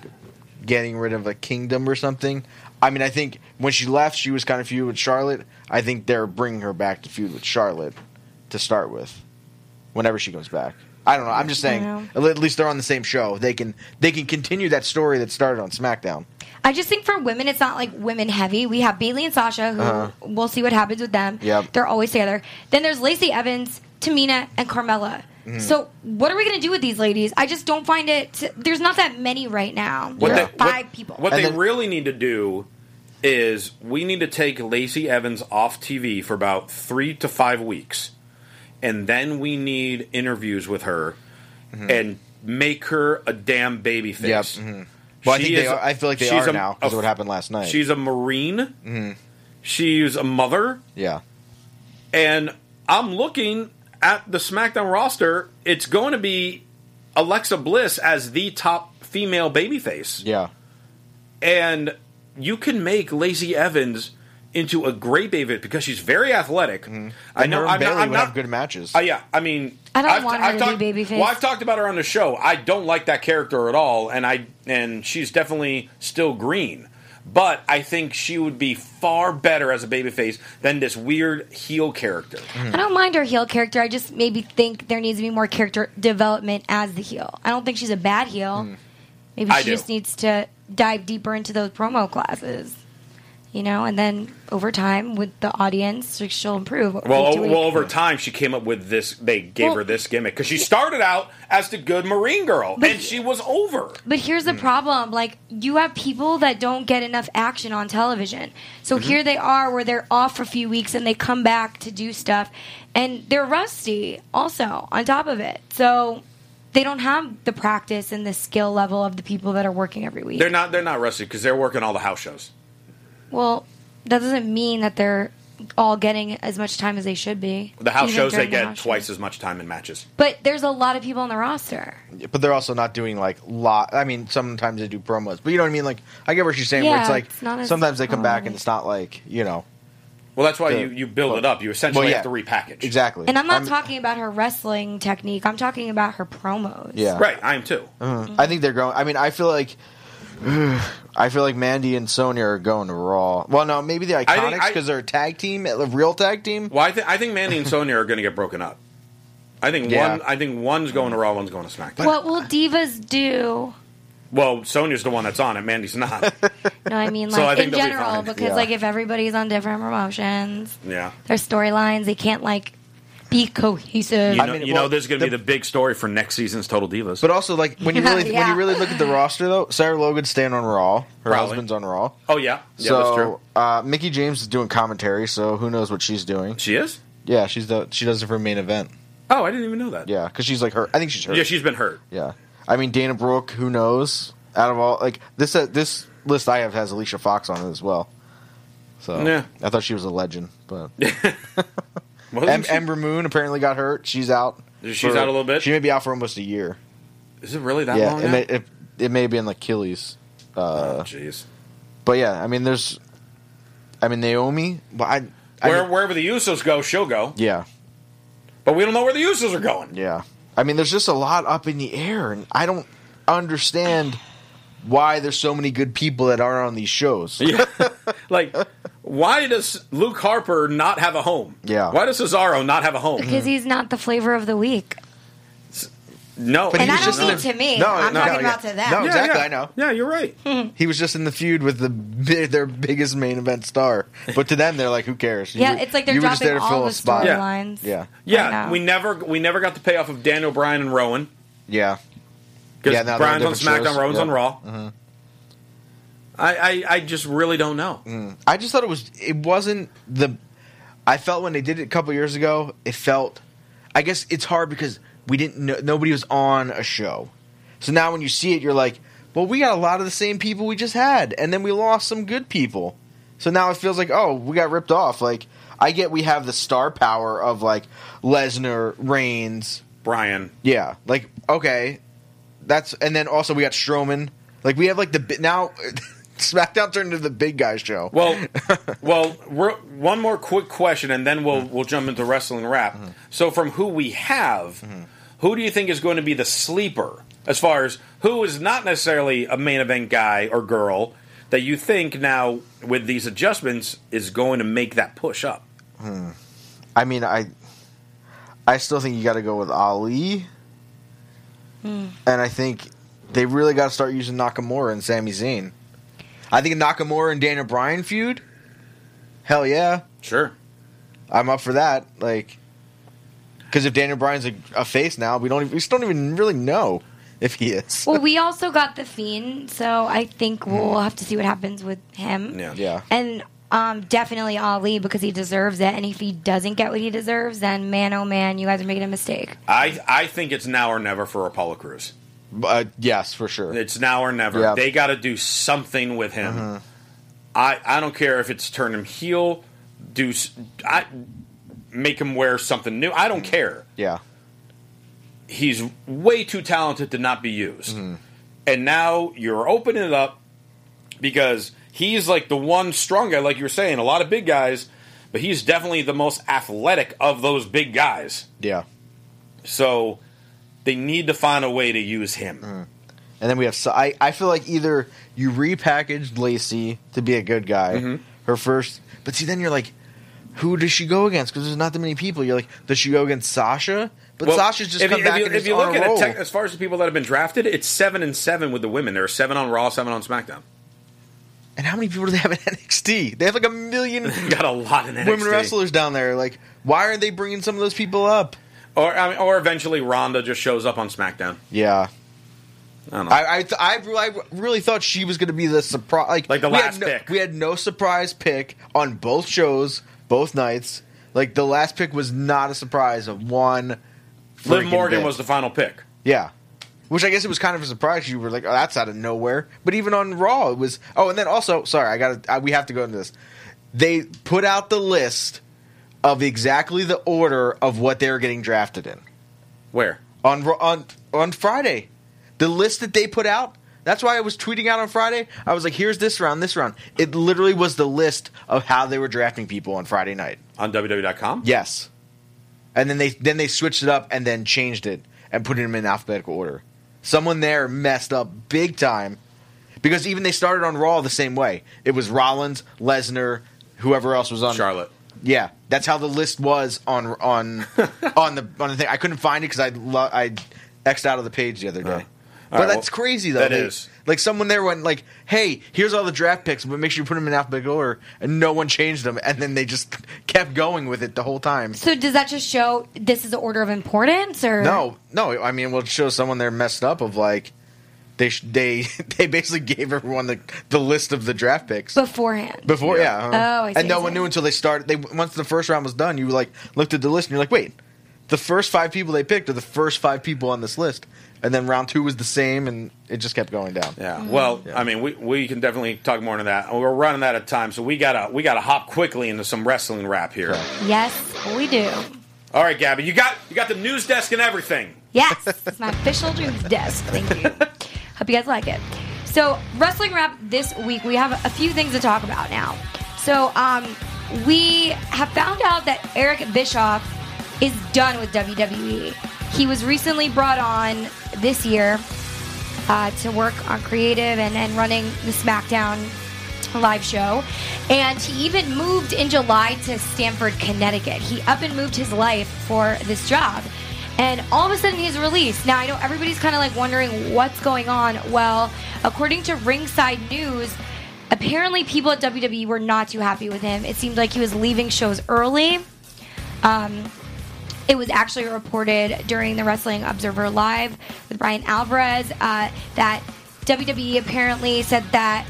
getting rid of a kingdom or something. I mean, I think when she left, she was kind of feud with Charlotte. I think they're bringing her back to feud with Charlotte to start with. Whenever she comes back, I don't know. I'm just saying. I At least they're on the same show. They can they can continue that story that started on SmackDown. I just think for women, it's not like women heavy. We have Bailey and Sasha, who we'll see what happens with them. Yep. They're always together. Then there's Lacey Evans, Tamina, and Carmella. So what are we going to do with these ladies? I just don't find it. There's not that many right now. What Yeah. they, Five what- people. What And they then- really need to do is we need to take Lacey Evans off TV for about three to five weeks, and then we need interviews with her and make her a damn baby face. Mm-hmm. Yep, mhm. Well, She I think they is- are, I feel like they she's are a- now because of what happened Mm-hmm. last night. She's a Marine. She's a mother, yeah, and I'm looking at the SmackDown roster. It's going to be Alexa Bliss as the top female babyface yeah. and you can make Lacey Evans into a great baby because she's very athletic. I know. Her Mm-hmm. and I'm Bailey not. I'm would not have good matches. Uh, yeah, I mean, I don't I've, want her I've to be talked, babyface. Well, I've talked about her on the show. I don't like that character at all, and I and she's definitely still green. But I think she would be far better as a babyface than this weird heel character. Mm-hmm. I don't mind her heel character. I just maybe think there needs to be more character development as the heel. I don't think she's a bad heel. Maybe Hmm. I she do. just needs to dive deeper into those promo classes, you know, and then over time with the audience, she- she'll improve. Well, week to o- week. well, over time she came up with this. They gave Well- her this gimmick because she started out as the good Marine girl, But- and she was over. But here's Mm. the problem: like you have people that don't get enough action on television. So Mm-hmm. here they are, where they're off for a few weeks and they come back to do stuff, and they're rusty. Also, on top of it, so they don't have the practice and the skill level of the people that are working every week. They're not. They're not rusty because they're working all the house shows. well, that doesn't mean that they're all getting as much time as they should be. The house even shows they during the get house twice shows. as much time in matches. But there's a lot of people on the roster. but they're also not doing like lot. I mean, sometimes they do promos, but you know what I mean. Like, I get what she's saying. where Yeah, it's like it's not as- sometimes they come back and alright. it's not like you know Well, that's why The- you, you build well- it up. You essentially Well, yeah. have to repackage. exactly. And I'm not talking about her wrestling technique. I'm talking about her promos. Yeah, Right. I am too. I think they're going. I mean, I feel like. <sighs> I feel like Mandy and Sonya are going to Raw. Well, no, maybe the think Iconics I- because they're a tag team, a real tag team. Well, I, th- I think <laughs> Mandy and Sonya are going to get broken up. I think Yeah. one. I think one's going to Raw. One's going to SmackDown. What will divas do? Well, Sonya's the one that's on it. Mandy's <laughs> not. No, I mean So I like think in they'll be general fine. because Yeah. like if everybody's on different promotions, yeah. their storylines they can't like be cohesive. You know, I mean, you well, know this is going to the- be the big story for next season's Total Divas. But uh, also, <laughs> like when you really when Yeah. you really look at the roster, though, Sarah Logan's staying on Raw. Her Probably. husband's on Raw. oh yeah, yeah, so that's true. Uh, Mickey James is doing commentary, so who knows what she's doing? She is. Yeah, she's the she does it for main event. Oh, I didn't even know that. Yeah, because she's like her. I think she's her. Yeah, she's been hurt. Yeah. I mean Dana Brooke. Who knows? Out of all like this uh, this list I have has Alicia Fox on it as well. So Yeah. I thought she was a legend, <laughs> but Wasn't em- she- Ember Moon apparently got hurt. She's out. She's out a little bit? She may be out for almost a year. is it really that yeah, uh, long? it now? may, it, it may be in Achilles. Oh, Jeez. But yeah, I mean, there's, I mean Naomi. But I, I Where, mean- wherever the Usos go, she'll go. yeah, But we don't know where the Usos are going. Yeah. I mean, there's just a lot up in the air, and I don't understand why there's so many good people that are on these shows. Yeah. <laughs> like, why does Luke Harper not have a home? Yeah. Why does Cesaro not have a home? because he's not the flavor of the week. No. But And I he was don't just in mean the- to me. No, I'm no, talking yeah. about to them. No, Yeah, exactly. yeah. I know. Yeah, you're <laughs> right. He was just in the feud with the bi- their biggest main <laughs> event star, but to them, they're like, "Who cares?" Yeah, You- it's like they're you were just dropping there to fill all a the spot. Yeah. storylines. Yeah. Yeah, right now. we never we never got the payoff of Daniel Bryan and Rowan. Yeah. Because Yeah, no, they're on Brian's on different SmackDown, shows. Mm-hmm. Rowan's on Yep. Raw. I, I I just really don't know. I just thought it was it wasn't the I felt when they did it a couple years ago, it felt I guess it's hard because we didn't know nobody was on a show. So now when you see it you're like, well we got a lot of the same people we just had and then we lost some good people. So now it feels like, oh, we got ripped off. Like I get we have the star power of like Lesnar, Reigns, Brian, yeah, like okay, that's and then also we got Strowman. Like we have like the bi- now <laughs> SmackDown turned into the big guy show. Well, well, we're- one more quick question, and then we'll we'll jump into wrestling wrap. So, from who we have, who do you think is going to be the sleeper as far as who is not necessarily a main event guy or girl that you think now with these adjustments is going to make that push up? I mean, I I still think you got to go with Ali, and I think they really got to start using Nakamura and Sami Zayn. I think a Nakamura and Daniel Bryan feud. Hell yeah, Sure. I'm up for that. Like, because if Daniel Bryan's a, a face now, we don't e, we still don't even really know if he is. Well, we also got the fiend, so I think we'll have to see what happens with him. Yeah. Mm. yeah, And um, definitely Ali because he deserves it. And if he doesn't get what he deserves, then man, oh man, you guys are making a mistake. I I think it's now or never for Apollo Cruz. uh, yes, for sure. It's now or never. Yeah. They got to do something with him. I I don't care if it's turn him heel, do s- I make him wear something new. I don't care. Yeah. He's way too talented to not be used. And now you're opening it up because he's like the one strong guy, like you were saying. A lot of big guys, but he's definitely the most athletic of those big guys. Yeah. So they need to find a way to use him. And then we have. Sa- I, I feel like either you repackaged Lacey to be a good guy, Mm-hmm. her first. But see, then you're like, who does she go against? Because there's not that many people. You're like, does she go against Sasha? But Well, Sasha's just if come you, back if you, and if is you on look a at roll. it tec- as far as the people that have been drafted, it's seven and seven with the women. There are seven on Raw, seven on SmackDown. <laughs> and how many people do they have in <laughs> NXT? They have like <laughs> a million Got a lot in NXT. women wrestlers down there. Like, why are they bringing some of those people up? or I mean, or eventually Ronda just shows up on SmackDown. Yeah. I don't know. I I, th- I, re- I really thought she was going to be the surprise. Like, Like the we last had no, pick. We had no surprise pick on both shows, both nights. Like the last pick was not a surprise of one. Liv freaking Morgan bit. was the final pick. yeah, which I guess it was kind of a surprise. You were like, oh, that's out of nowhere. But even on Raw, it was. Oh, and then also, sorry, I got. to We have to go into this. They put out the list of exactly the order of what they were getting drafted in Where? on on on Friday. The list that they put out. That's why I was tweeting out on Friday. I was like, "Here's this round, this round." It literally was the list of how they were drafting people on Friday night. On E WWE.com? Yes, and then they then they switched it up and then changed it and put them in alphabetical order. Someone there messed up big time because even they started on Raw the same way. It was Rollins, Lesnar, whoever else was on Charlotte. yeah, that's how the list was on <laughs> on on the on the thing. I couldn't find it because I lo- I xed out of the page the other day. Alright. But Alright, that's well, crazy though. that They- is. like someone there went like, "Hey, here's all the draft picks, but make sure you put them in alphabetical order." And no one changed them, and then they just <laughs> kept going with it the whole time. So does that just show this is the order of importance, or No, no. I mean, we'll show someone there messed up of like they sh- they <laughs> they basically gave everyone the the list of the draft picks. beforehand? Before, yeah. uh-huh. Oh, I see, and no I see. one knew until they started. They once the first round was done, you like looked at the list and you're like, wait, the first five people they picked are the first five people on this list. And then round two was the same, and it just kept going down. Yeah. Well, I mean, we, we can definitely talk more into that. We're running out of time, so we gotta we gotta hop quickly into some wrestling wrap here. Yes, we do. All right, Gabby, you got you got the news desk and everything. Yes, it's my official news desk. Thank you. Hope you guys like it. So, wrestling wrap this week, we have a few things to talk about now. So, um, we have found out that Eric Bischoff is done with WWE. He was recently brought on this year uh, to work on creative and, and running the SmackDown live show. And he even moved in July to Stamford, Connecticut. He up and moved his life for this job. And all of a sudden, he's released. Now, I know everybody's kind of like wondering what's going on. Well, according to Ringside News, apparently people at E WWE were not too happy with him. It seemed like he was leaving shows early. Um, It was actually reported during the Wrestling Observer Live with Brian Alvarez uh, that WWE apparently said that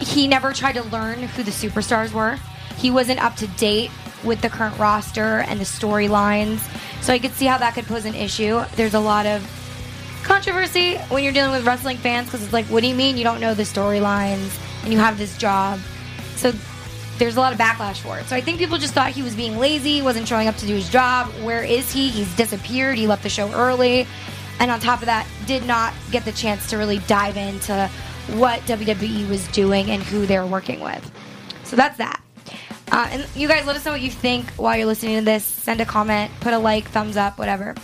he never tried to learn who the superstars were. He wasn't up to date with the current roster and the storylines. So I could see how that could pose an issue. There's a lot of controversy when you're dealing with wrestling fans because it's like, what do you mean you don't know the storylines and you have this job? So there's a lot of backlash for it. So I think people just thought he was being lazy, wasn't showing up to do his job. Where is he? He's disappeared. He left the show early. And on top of that, did not get the chance to really dive into what WWE was doing and who they were working with. So that's that. Uh, and you guys, let us know what you think while you're listening to this. Send a comment, put a like, thumbs up, whatever.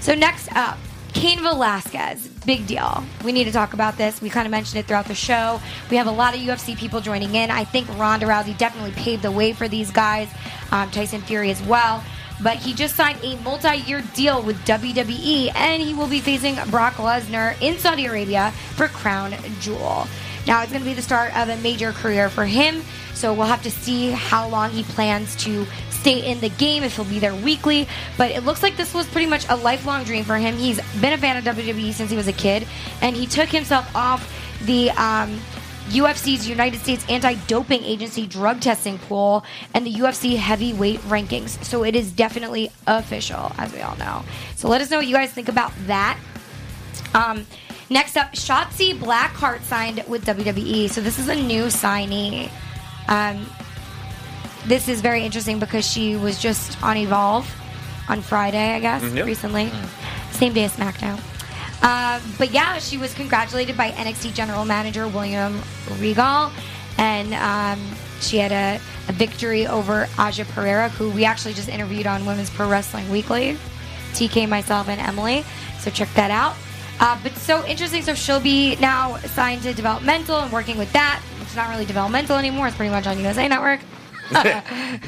So next up, Kane Velasquez, big deal. We need to talk about this. We kind of mentioned it throughout the show. We have a lot of UFC people joining in. I think Ronda Rousey definitely paved the way for these guys, um, Tyson Fury as well. But he just signed a multi-year deal with WWE, and he will be facing Brock Lesnar in Saudi Arabia for Crown Jewel. Now it's going to be the start of a major career for him. So we'll have to see how long he plans to stay in the game, if he'll be there weekly. But it looks like this was pretty much a lifelong dream for him. He's been a fan of WWE since he was a kid, and he took himself off the um, UFC's United States Anti Doping Agency drug testing pool and the UFC heavyweight rankings. So it is definitely official, as we all know. So let us know what you guys think about that. Um, next up, Shotzi Blackheart signed with WWE. So this is a new signee. Um, this is very interesting because she was just on Evolve on Friday, I guess, yep. recently. Same day as SmackDown. Uh, but yeah, she was congratulated by NXT General Manager William Regal. And um, she had a, a victory over Aja Pereira, who we actually just interviewed on Women's Pro Wrestling Weekly. TK, myself, and Emily. So check that out. Uh, but so interesting. So she'll be now signed to developmental and working with that. It's not really developmental anymore. It's pretty much on USA Network. <laughs> I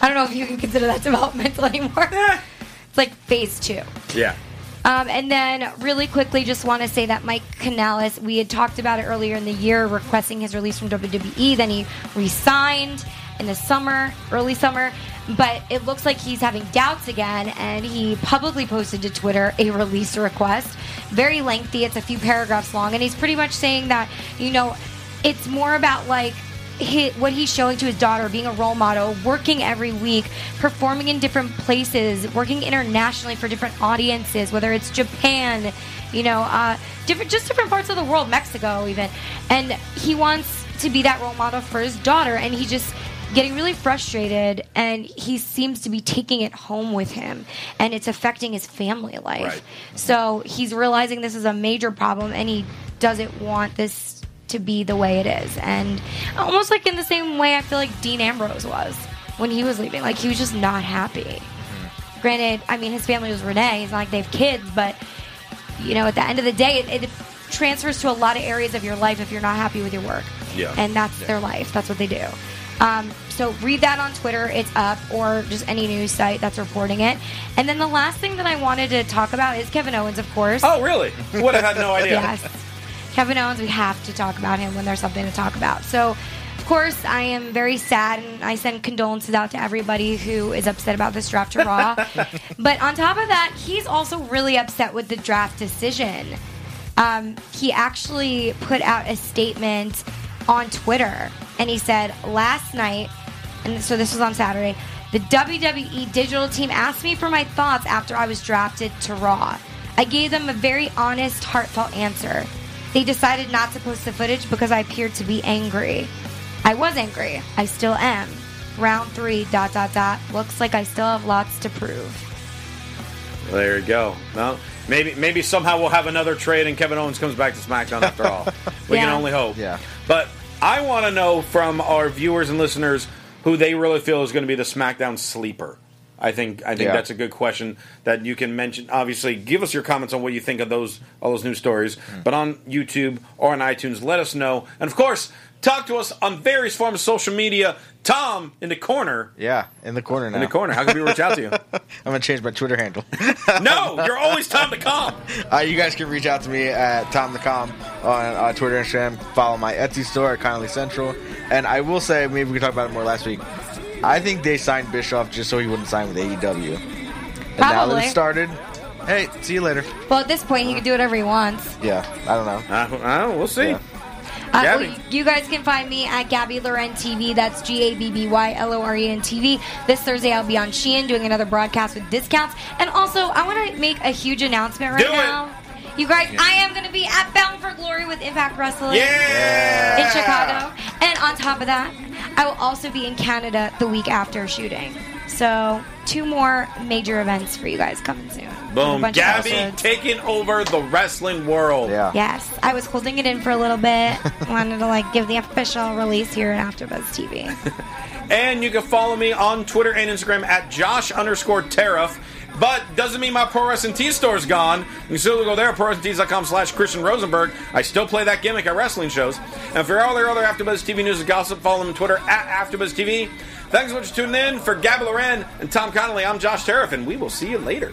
don't know if you can consider that developmental anymore. it's like phase two. Yeah. Um, and then, really quickly, just want to say that Mike Canales, we had talked about it earlier in the year, requesting his release from WWE. Then he resigned in the summer, early summer. But it looks like he's having doubts again, and he publicly posted to Twitter a release request. Very lengthy, it's a few paragraphs long, and he's pretty much saying that, you know, it's more about like hit what he's showing to his daughter, being a role model, working every week, performing in different places, working internationally for different audiences, whether it's Japan, you know, uh, different just different parts of the world, Mexico even, and he wants to be that role model for his daughter, and he just getting really frustrated and he seems to be taking it home with him and it's affecting his family life Right. so he's realizing this is a major problem and he doesn't want this to be the way it is. And almost like in the same way I feel like Dean Ambrose was when he was leaving. Like he was just not happy. Granted, I mean, his family was Renee. It's not like they have kids, but you know, at the end of the day, it, it transfers to a lot of areas of your life if you're not happy with your work. Yeah. And that's their life. That's what they do. Um, so read that on Twitter. It's up, or just any news site that's reporting it. And then the last thing that I wanted to talk about is Kevin Owens, of course. Oh, really? What? I had no idea. Yes. Kevin Owens, we have to talk about him when there's something to talk about. So, of course, I am very sad and I send condolences out to everybody who is upset about this draft to Raw. but on top of that, he's also really upset with the draft decision. Um, he actually put out a statement on Twitter and he said, Last night, and so this was on Saturday. The WWE digital team asked me for my thoughts after I was drafted to Raw. I gave them a very honest, heartfelt answer. They decided not to post the footage because I appeared to be angry. I was angry. I still am. Round three, dot, dot, dot. Looks like I still have lots to prove. There you go. Well, maybe maybe somehow we'll have another trade and Kevin Owens comes back to SmackDown after all. We can Yeah. only hope. Yeah. But I want to know from our viewers and listeners who they really feel is going to be the SmackDown sleeper. I think I think Yeah. that's a good question that you can mention. Obviously, give us your comments on what you think of those all those news stories. Hmm. But on YouTube or on iTunes, let us know. And of course, talk to us on various forms of social media. Tom in the corner. Yeah, in the corner now. In the corner. How can we reach out <laughs> to you? I'm gonna change my Twitter handle. <laughs> no, you're always Tom the Calm. Uh, you guys can reach out to me at Tom the Com on uh, Twitter, Instagram. Follow my Etsy store at Connolly Central. And I will say, maybe we can talk about it more last week. I think they signed Bischoff just so he wouldn't sign with AEW. E now that Probably. it's started, hey, see you later. Well, at this point, he can do whatever he wants. Yeah, I don't know. I don't know. We'll see. Yeah. Uh, Gabby. well, you guys can find me at Gabby Loren TV. That's G A B B Y L O R E N TV. This Thursday, I'll be on Shein doing another broadcast with discounts. And also, I want to make a huge announcement right Do it. now. You guys, I am going to be at Bound for Glory with Impact Wrestling Yeah. in Chicago. And on top of that, I will also be in Canada the week after shooting. So, two more major events for you guys coming soon. A Boom. bunch of Gabby episodes. taking over the wrestling world. Yeah. Yes, I was holding it in for a little bit. Wanted to like give the official release here at AfterBuzz TV. And you can follow me on Twitter and Instagram at Josh underscore Tariff. But doesn't mean my Pro Wrestling Tees store's gone. You can still go there, prowrestlingtees.com slash Christian Rosenberg. I still play that gimmick at wrestling shows. And for all their other AfterBuzz TV news and gossip, follow them on Twitter at AfterBuzz TV. Thanks so much for tuning in. For Gabby Loren and Tom Connolly, I'm Josh Tariff, and we will see you later.